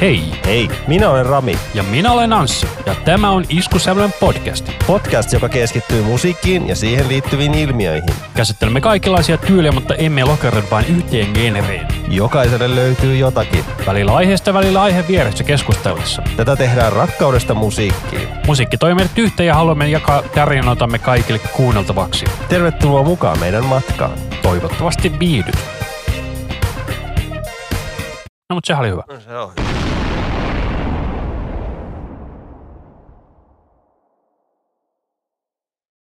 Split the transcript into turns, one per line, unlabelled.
Hei!
Hei, minä olen Rami.
Ja minä olen Anssi, ja tämä on Iskusävelän podcast.
Podcast, joka keskittyy musiikkiin ja siihen liittyviin ilmiöihin.
Käsittelemme kaikenlaisia tyyliä, mutta emme lokeroida vain yhteen genereen.
Jokaiselle löytyy jotakin.
Välillä aiheesta, välillä aihe vieressä keskustelussa.
Tätä tehdään rakkaudesta musiikkiin.
Musiikki toimii nyt yhteen ja haluamme jakaa tarinoitamme kaikille kuunneltavaksi.
Tervetuloa mukaan meidän matkaan.
Toivottavasti viihdyt. No, mutta sehän oli hyvä.
No se on hyvä.